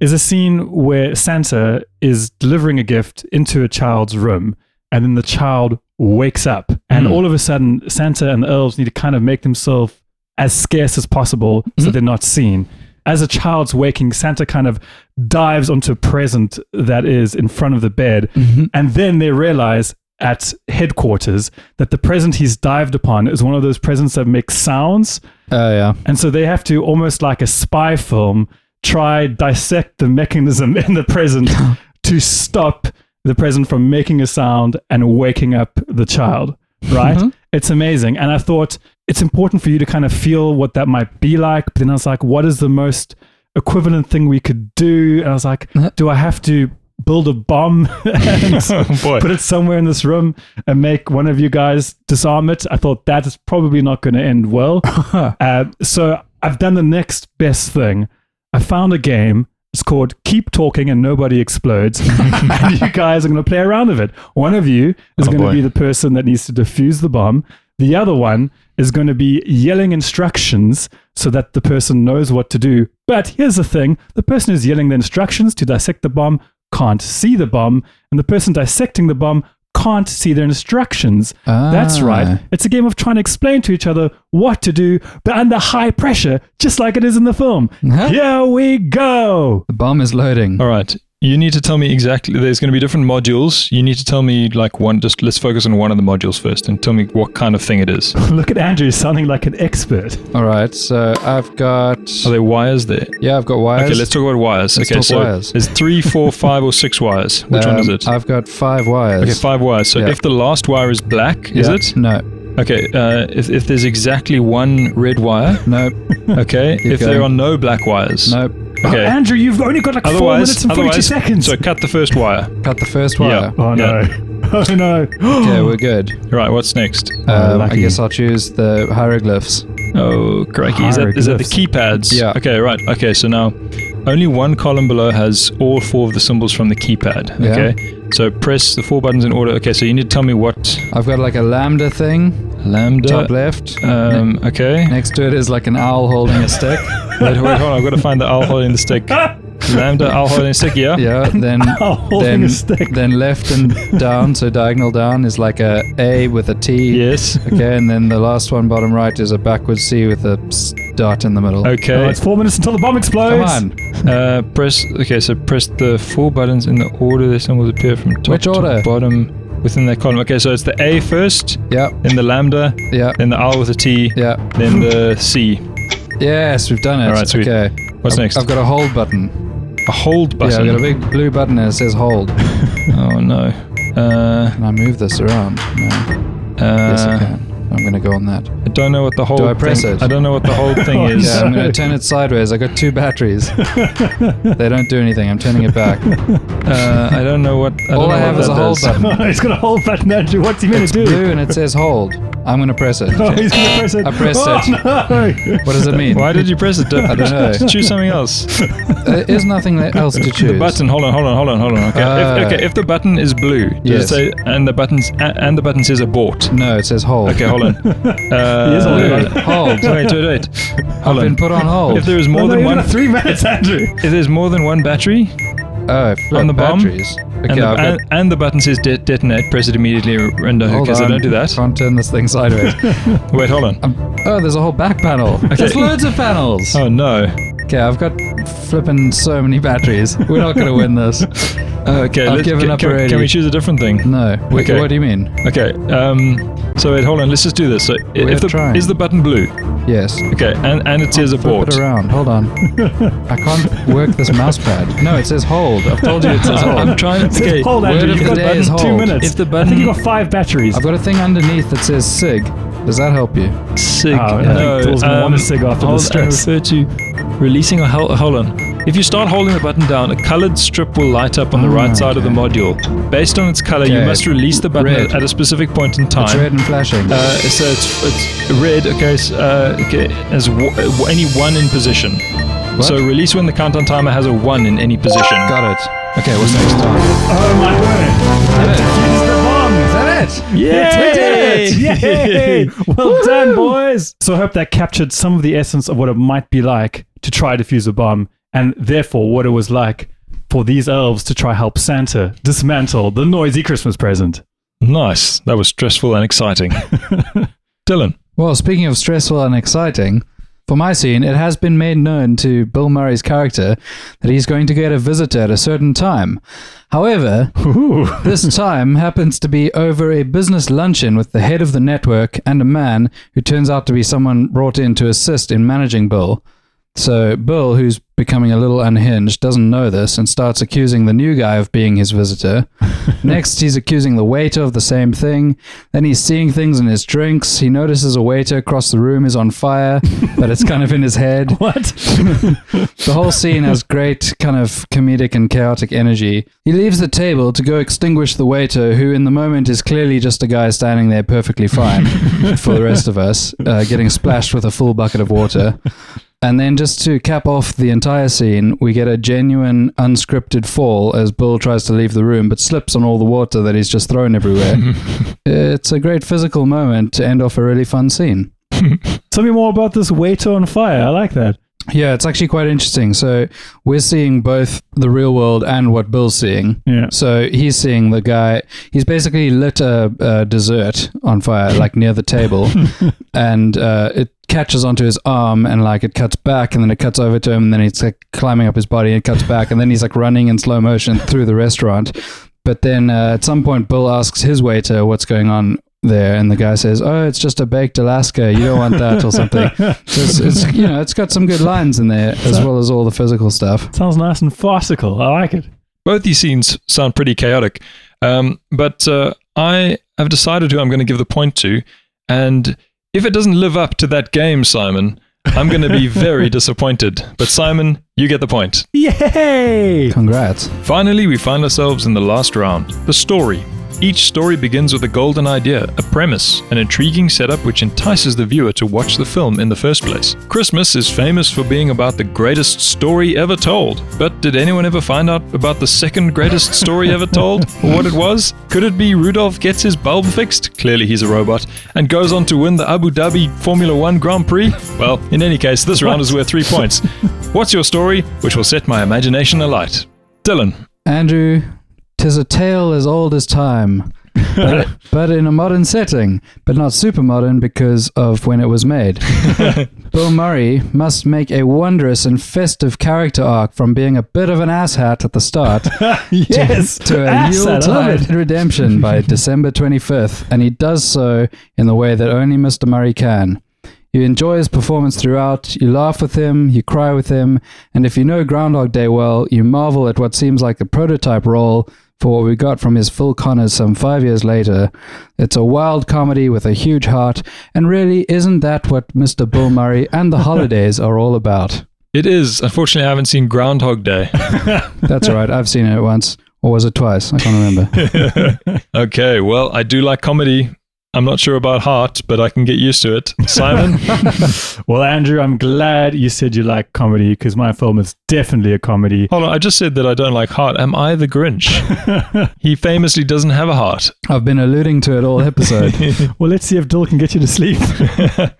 is a scene where Santa is delivering a gift into a child's room, and then the child wakes up, and all of a sudden, Santa and the elves need to kind of make themselves as scarce as possible so they're not seen. As a child's waking, Santa kind of dives onto a present that is in front of the bed. And then they realize at headquarters that the present he's dived upon is one of those presents that makes sounds.
Oh, yeah.
And so they have to, almost like a spy film, try dissect the mechanism in the present to stop the present from making a sound and waking up the child, right? It's amazing. And I thought it's important for you to kind of feel what that might be like. But then I was like, what is the most equivalent thing we could do? And I was like, do I have to build a bomb and
Oh, boy.
put it somewhere in this room and make one of you guys disarm it. I thought that is probably not going to end well. uh, so I've done the next best thing. I found a game. It's called Keep Talking and Nobody Explodes. and you guys are going to play around with it. One of you is
Oh,
going
boy.
to be the person that needs to defuse the bomb. The other one is going to be yelling instructions so that the person knows what to do. But here's the thing the person who's yelling the instructions to dissect the bomb can't see the bomb, and the person dissecting the bomb can't see their instructions. That's
Ah.
right. It's a game of trying to explain to each other what to do, but under high pressure, just like it is in the film.
Uh-huh.
Here we go.
The bomb is loading.
All right. You need to tell me exactly. There's going to be different modules. You need to tell me like one. Just let's focus on one of the modules first, and tell me what kind of thing it is. Are
Look at Andrew sounding like an expert.
All right, so I've got
there wires there?
yeah, I've got wires.
Okay, let's talk about wires.
Let's
okay,
talk
so
wires.
there's three, four, five, or six wires. Which one is
Um,
it?
I've got five wires.
Okay, five wires. So
Yeah.
if the last wire is black, is
Yeah.
it?
No,
Okay. Uh, if, if there's exactly one red wire,
no,
okay. if there are
going.
no black wires,
no.
Okay.
Andrew, you've only got like four
otherwise,
minutes and 42
otherwise,
seconds.
So cut the first wire.
Cut the first wire.
Yeah.
oh, no. Oh, no.
Okay, we're good.
Right. What's next?
Um, I
lucky.
guess I'll choose the hieroglyphs.
Oh, crikey. Is that, is that the
Hieroglyphs.
keypads?
Yeah.
Okay, right. Okay, so now only one column below has all four of the symbols from the keypad.
Yeah.
Okay. So press the four buttons in order. Okay, so you need to tell me what
I've got like a lambda thing,
lambda.
top left.
Um, okay.
Next to it is like an owl holding a stick.
Wait, wait, hold on. I've got to find the owl holding the stick. lambda, owl holding the stick, yeah?
Yeah, then
Owl holding
then,
a stick.
then left and down, so diagonal down is like a A with a T.
Yes.
Okay, and then the last one bottom right is a backwards C with a s- dot in the middle.
Oh,
Okay.
it's four minutes until the bomb
Come
explodes.
on.
Uh, press. Okay, so press the four buttons in the order their symbols appear from top
Which order?
to bottom within that column. Okay, so it's the A first,
Yeah,
then the lambda,
yeah,
then the owl with a T,
yeah.
then the C.
Yes, we've done it.
All right, sweet.
Okay.
What's
I've-
next?
I've got a hold button.
a hold
Yeah,
button.
I've got a big blue button that says hold. and
oh no. Uh,
I move this around. No. Yes, I
uh,
can. I'm going to go on that.
I don't know what the whole.
I press
thing,
it? Oh,
I don't know what the whole thing is.
Yeah, I'm going to turn it sideways. I got two batteries. they don't do anything. I'm turning it back.
Uh, I don't know what. I don't
All
know
I
what
have is
that
a hold
does.
button.
he's got a whole button, Andrew. What's he meant to do?
Blue and it says hold. I'm going to press it.
Oh, he's going to press it.
I pressed
oh,
it.
No.
What does it mean?
Why did you press it?
I don't know.
Choose something else.
There is nothing else to choose.
The button. Hold on. Hold on. Hold on. Hold on. Okay.
Ah.
if, okay. If the button is blue, does
Yes.
it say and the buttons a- and the button says abort?
No, it says hold.
Okay. Hold on. Uh,
is holding it.
Hold.
Wait. Wait. Wait. Hold
I've been
on.
put on hold.
If there is more
no,
than
you've
one,
got three minutes, Andrew.
if there's more than one battery,
oh, flip,
on the bomb,
batteries. Okay,
and, the,
I've got
and, and the button says de- detonate, press it immediately, and
Hold
because I
on.
don't do that.
Can't turn this thing sideways.
Wait, hold on.
oh, there's a whole back panel. There's loads of panels.
Oh no.
Okay, I've got flipping so many batteries. We're not gonna win this.
Okay,
Uh, I've
let's-
given
can,
up
can,
already.
Can we choose a different thing?
No. Wait,
Okay.
What do you mean?
Okay. Um. So wait, hold on. Let's just do this. So i-
We're
if the
trying.
is the button blue?
Yes.
Okay, and and it says
Flip
abort.
it around. Hold on. I can't work this mouse pad. No, it says hold. I've told you it says hold.
I'm trying.
Just
Okay.
hold,
word
Andrew.
of
You've
the
got
day
button
is
two
hold.
minutes.
If the
I think
button-
you've got five batteries.
I've got a thing underneath that says sig. Does that help you?
Sig.
Oh, I think Paul's gonna want a sig after
Um, hold,
this stress.
I refer to releasing a hol- hold on. If you start holding the button down, a colored strip will light up
Ah,
on the right side of the module. Based on its color, you
Okay.
must release the button
Red.
at, at a specific point in time.
It's red and flashing.
Uh, so it's, it's red. Okay, s uh, okay, as w- uh, any one in position. So release when the countdown timer has a one in any position.
got it. Okay, what's next? Is
oh my word! Here's the bomb.
that it?
Yes, we did it! Yay! well done, boys. So I hope that captured some of the essence of what it might be like to try to fuse a bomb, and therefore what it was like for these elves to try help Santa dismantle the noisy Christmas present.
Nice. That was stressful and exciting. Dylan.
Well, speaking of stressful and exciting, for my scene, it has been made known to Bill Murray's character that he's going to get a visitor at a certain time. However, this time happens to be over a business luncheon with the head of the network and a man who turns out to be someone brought in to assist in managing Bill. So Bill, who's becoming a little unhinged, doesn't know this and starts accusing the new guy of being his visitor. Next, he's accusing the waiter of the same thing. Then he's seeing things in his drinks. He notices a waiter across the room is on fire, but it's kind of in his head.
What?
The whole scene has great kind of comedic and chaotic energy. He leaves the table to go extinguish the waiter, who in the moment is clearly just a guy standing there perfectly fine for the rest of us, uh, getting splashed with a full bucket of water. And then, just to cap off the entire scene, we get a genuine, unscripted fall as Bill tries to leave the room but slips on all the water that he's just thrown everywhere. it's a great physical moment to end off a really fun scene.
Tell me more about this waiter on fire. I like that.
Yeah, it's actually quite interesting. So we're seeing both the real world and what Bill's seeing.
Yeah.
So he's seeing the guy. He's basically lit a, a dessert on fire, like near the table, and uh, it catches onto his arm and like it cuts back, and then it cuts over to him, and then it's like climbing up his body, and it cuts back, and then he's like running in slow motion through the restaurant. But then uh, at some point, Bill asks his waiter what's going on there, and the guy says, "Oh, it's just a baked Alaska. You don't want that or something." so it's, it's you know, it's got some good lines in there as well as all the physical stuff.
Sounds nice and farcical. I like it.
Both these scenes sound pretty chaotic, um, but uh, I have decided who I'm going to give the point to, and if it doesn't live up to that game, Simon, I'm going to be very disappointed. But Simon, you get the point.
Yay!
Congrats.
Finally, we find ourselves in the last round the story. Each story begins with a golden idea, a premise, an intriguing setup which entices the viewer to watch the film in the first place. Christmas is famous for being about the greatest story ever told. But did anyone ever find out about the second greatest story ever told? Or what it was? Could it be Rudolph gets his bulb fixed? Clearly he's a robot. And goes on to win the Abu Dhabi Formula One Grand Prix? Well, in any case, this round is worth three points. What's your story? Which will set my imagination alight. Dylan.
Andrew, tis a tale as old as time, but, but in a modern setting, but not super modern because of when it was made. Bill Murray must make a wondrous and festive character arc from being a bit of an asshat at the start
yes! Ah,
to a
Ass, I love
Yuletide
it.
redemption by December 25th, and he does so in the way that only Mr. Murray can. You enjoy his performance throughout, you laugh with him, you cry with him, and if you know Groundhog Day well, you marvel at what seems like a prototype role for what we got from his Phil Connors some five years later. It's a wild comedy with a huge heart, and really, isn't that what Mr. Bill Murray and the holidays are all about?
It is. Unfortunately, I haven't seen Groundhog Day.
That's all right, I've seen it once. Or was it twice? I can't remember.
okay, well, I do like comedy. I'm not sure about heart, but I can get used to it. Simon?
Well, Andrew, I'm glad you said you like comedy because my film is definitely a comedy.
Hold on, I just said that I don't like heart. Am I the Grinch? he famously doesn't have a heart.
I've been alluding to it all episode.
Well, let's see if Dill can get you to sleep.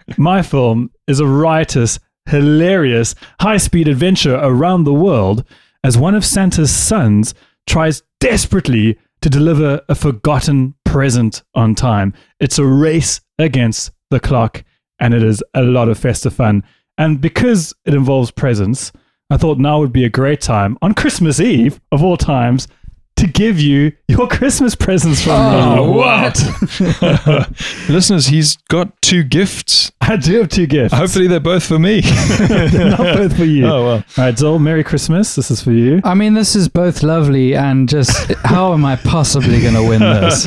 my film is a riotous, hilarious, high speed adventure around the world as one of Santa's sons tries desperately to deliver a forgotten present on time. It's a race against the clock, and it is a lot of festive fun. And because it involves presents, I thought now would be a great time on Christmas Eve, of all times, to give you your Christmas presents from me.
Oh, what? Listeners, he's got two gifts.
I do have two gifts.
Hopefully, they're both for me.
not both for you.
Oh, well.
All right, Zol, Merry Christmas. This is for you.
I mean, this is both lovely and just how am I possibly going to win this?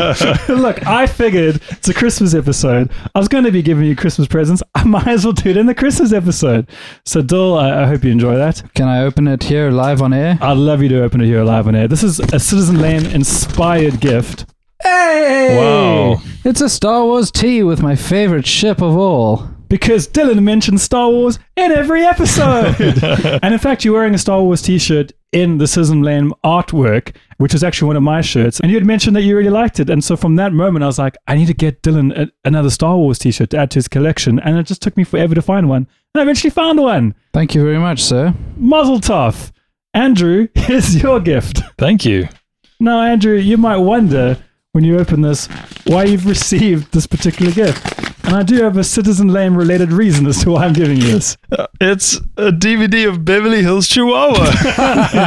Look, I figured it's a Christmas episode. I was going to be giving you Christmas presents. I might as well do it in the Christmas episode. So, Dol, I, I hope you enjoy that.
Can I open it here live on air?
I'd love you to open it here live on air. This is a Citizen Lane inspired gift.
Hey!
Wow.
It's a Star Wars tea with my favorite ship of all.
because Dylan mentioned Star Wars in every episode. and in fact, you're wearing a Star Wars t-shirt in the Sism Lane artwork, which is actually one of my shirts. And you had mentioned that you really liked it. And so from that moment, I was like, I need to get Dylan a- another Star Wars t-shirt to add to his collection. And it just took me forever to find one. And I eventually found one.
Thank you very much, sir.
Muzzle tough. Andrew, here's your gift.
Thank you.
Now, Andrew, you might wonder when you open this why you've received this particular gift. And I do have a Citizen Lane related reason as to why I'm giving you this.
Uh, It's a DVD of Beverly Hills Chihuahua.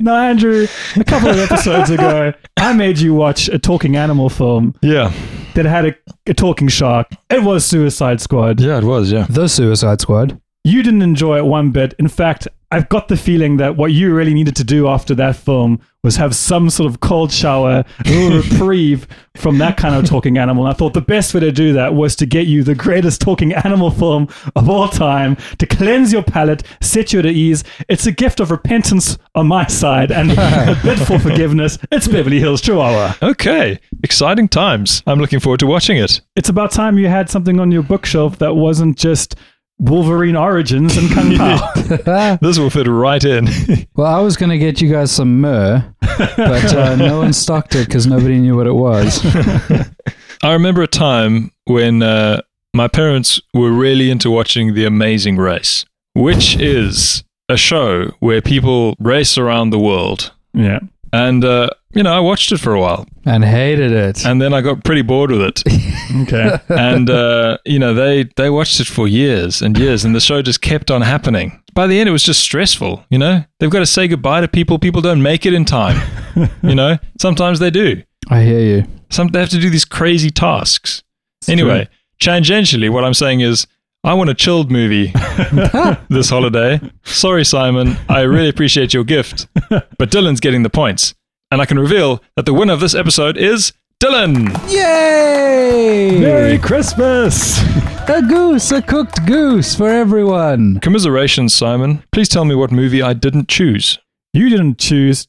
Now, Andrew, a couple of episodes ago, I made you watch a talking animal film
yeah.
that had a, a talking shark. It was Suicide Squad.
Yeah, it was. Yeah.
The Suicide Squad.
You didn't enjoy it one bit. In fact, I've got the feeling that what you really needed to do after that film was have some sort of cold shower, a little reprieve from that kind of talking animal. And I thought the best way to do that was to get you the greatest talking animal film of all time to cleanse your palate, set you at ease. It's a gift of repentance on my side and a bid for forgiveness. It's Beverly Hills Chihuahua.
Okay, exciting times. I'm looking forward to watching it.
It's about time you had something on your bookshelf that wasn't just Wolverine Origins and Kung Pao.
This will fit right in.
Well, I was going to get you guys some myrrh, but uh, no one stocked it because nobody knew what it was.
I remember a time when uh, my parents were really into watching The Amazing Race, which is a show where people race around the world.
yeah.
And, uh, you know, I watched it for a while
And hated it.
and then I got pretty bored with it.
Okay.
and uh, you know they they watched it for years and years, and the show just kept on happening. By the end, it was just stressful. You know, they've got to say goodbye to people. People don't make it in time. you know, sometimes they do.
I hear you.
Some they have to do these crazy tasks. anyway, tangentially, what I'm saying is. I want a chilled movie this holiday. Sorry, Simon. I really appreciate your gift, but Dylan's getting the points. And I can reveal that the winner of this episode is Dylan.
Yay!
Merry Christmas!
A goose, a cooked goose for everyone.
Commiserations, Simon. Please tell me what movie I didn't choose.
You didn't choose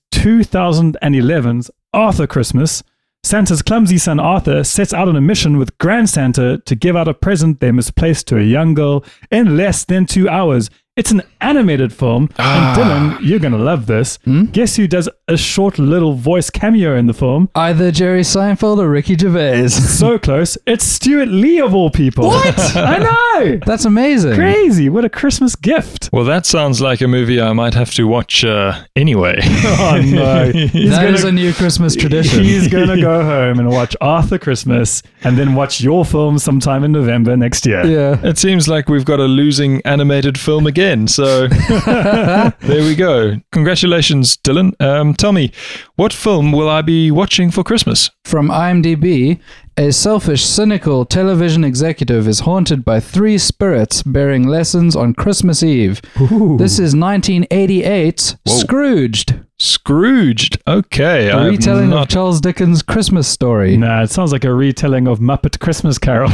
2011's Arthur Christmas. Santa's clumsy son Arthur sets out on a mission with Grand Santa to give out a present they misplaced to a young girl in less than two hours. It's an animated film, and Dylan, you're going to love this. Guess who does a short little voice cameo in the film?
Either Jerry Seinfeld or Ricky Gervais.
So close. It's Stuart Lee, of all people. What? I know!
That's amazing.
Crazy. What a Christmas gift.
Well, that sounds like a movie I might have to watch uh, anyway.
Oh no! He's
That
gonna,
is a new Christmas tradition.
He's gonna go home and watch Arthur Christmas, and then watch your film sometime in November next year.
yeah.
it seems like we've got a losing animated film again. So there we go. Congratulations, Dylan. Um, tell me, what film will I be watching for Christmas?
From IMDb, a selfish, cynical television executive is haunted by three spirits bearing lessons on Christmas Eve. This is 1988's Scrooged,
Scrooged. Okay.
a
I have
retelling of
not-
Charles Dickens' Christmas story.
Nah, it sounds like a retelling of Muppet Christmas Carol.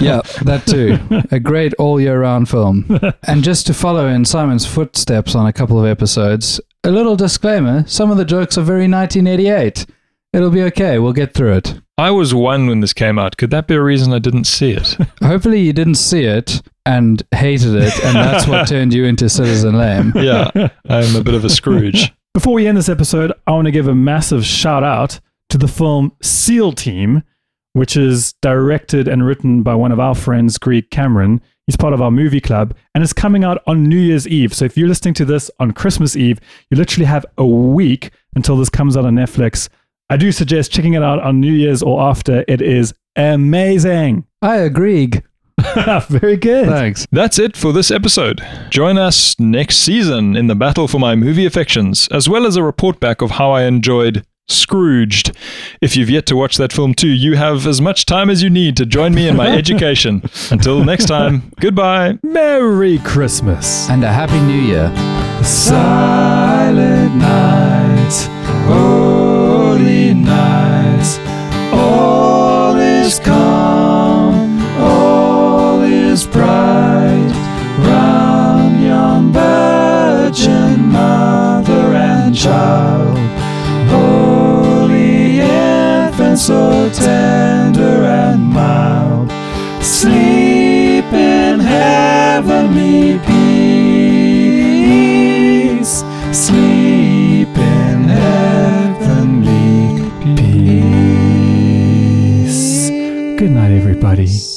yeah, that too. A great all year round film. And just to follow in Simon's footsteps on a couple of episodes, a little disclaimer some of the jokes are very 1988. It'll be okay, we'll get through it.
I was one when this came out. Could that be a reason I didn't see it?
Hopefully, you didn't see it and hated it, and that's what turned you into Citizen Lame.
yeah. I'm a bit of a Scrooge.
Before we end this episode, I want to give a massive shout out to the film Seal Team, which is directed and written by one of our friends, Greg Cameron. He's part of our movie club and it's coming out on New Year's Eve. So if you're listening to this on Christmas Eve, you literally have a week until this comes out on Netflix. I do suggest checking it out on New Year's or after. It is amazing.
I agree.
Very good.
Thanks.
That's it for this episode. Join us next season in the battle for my movie affections, as well as a report back of how I enjoyed Scrooged. If you've yet to watch that film too, you have as much time as you need to join me in my education. Until next time, goodbye.
Merry Christmas.
And a Happy New Year.
Silent night, holy night, all is calm, all is bright, round yon virgin mother and child, holy infant so tender and mild, sleep in heavenly peace, sleep in heavenly peace. Good night, everybody.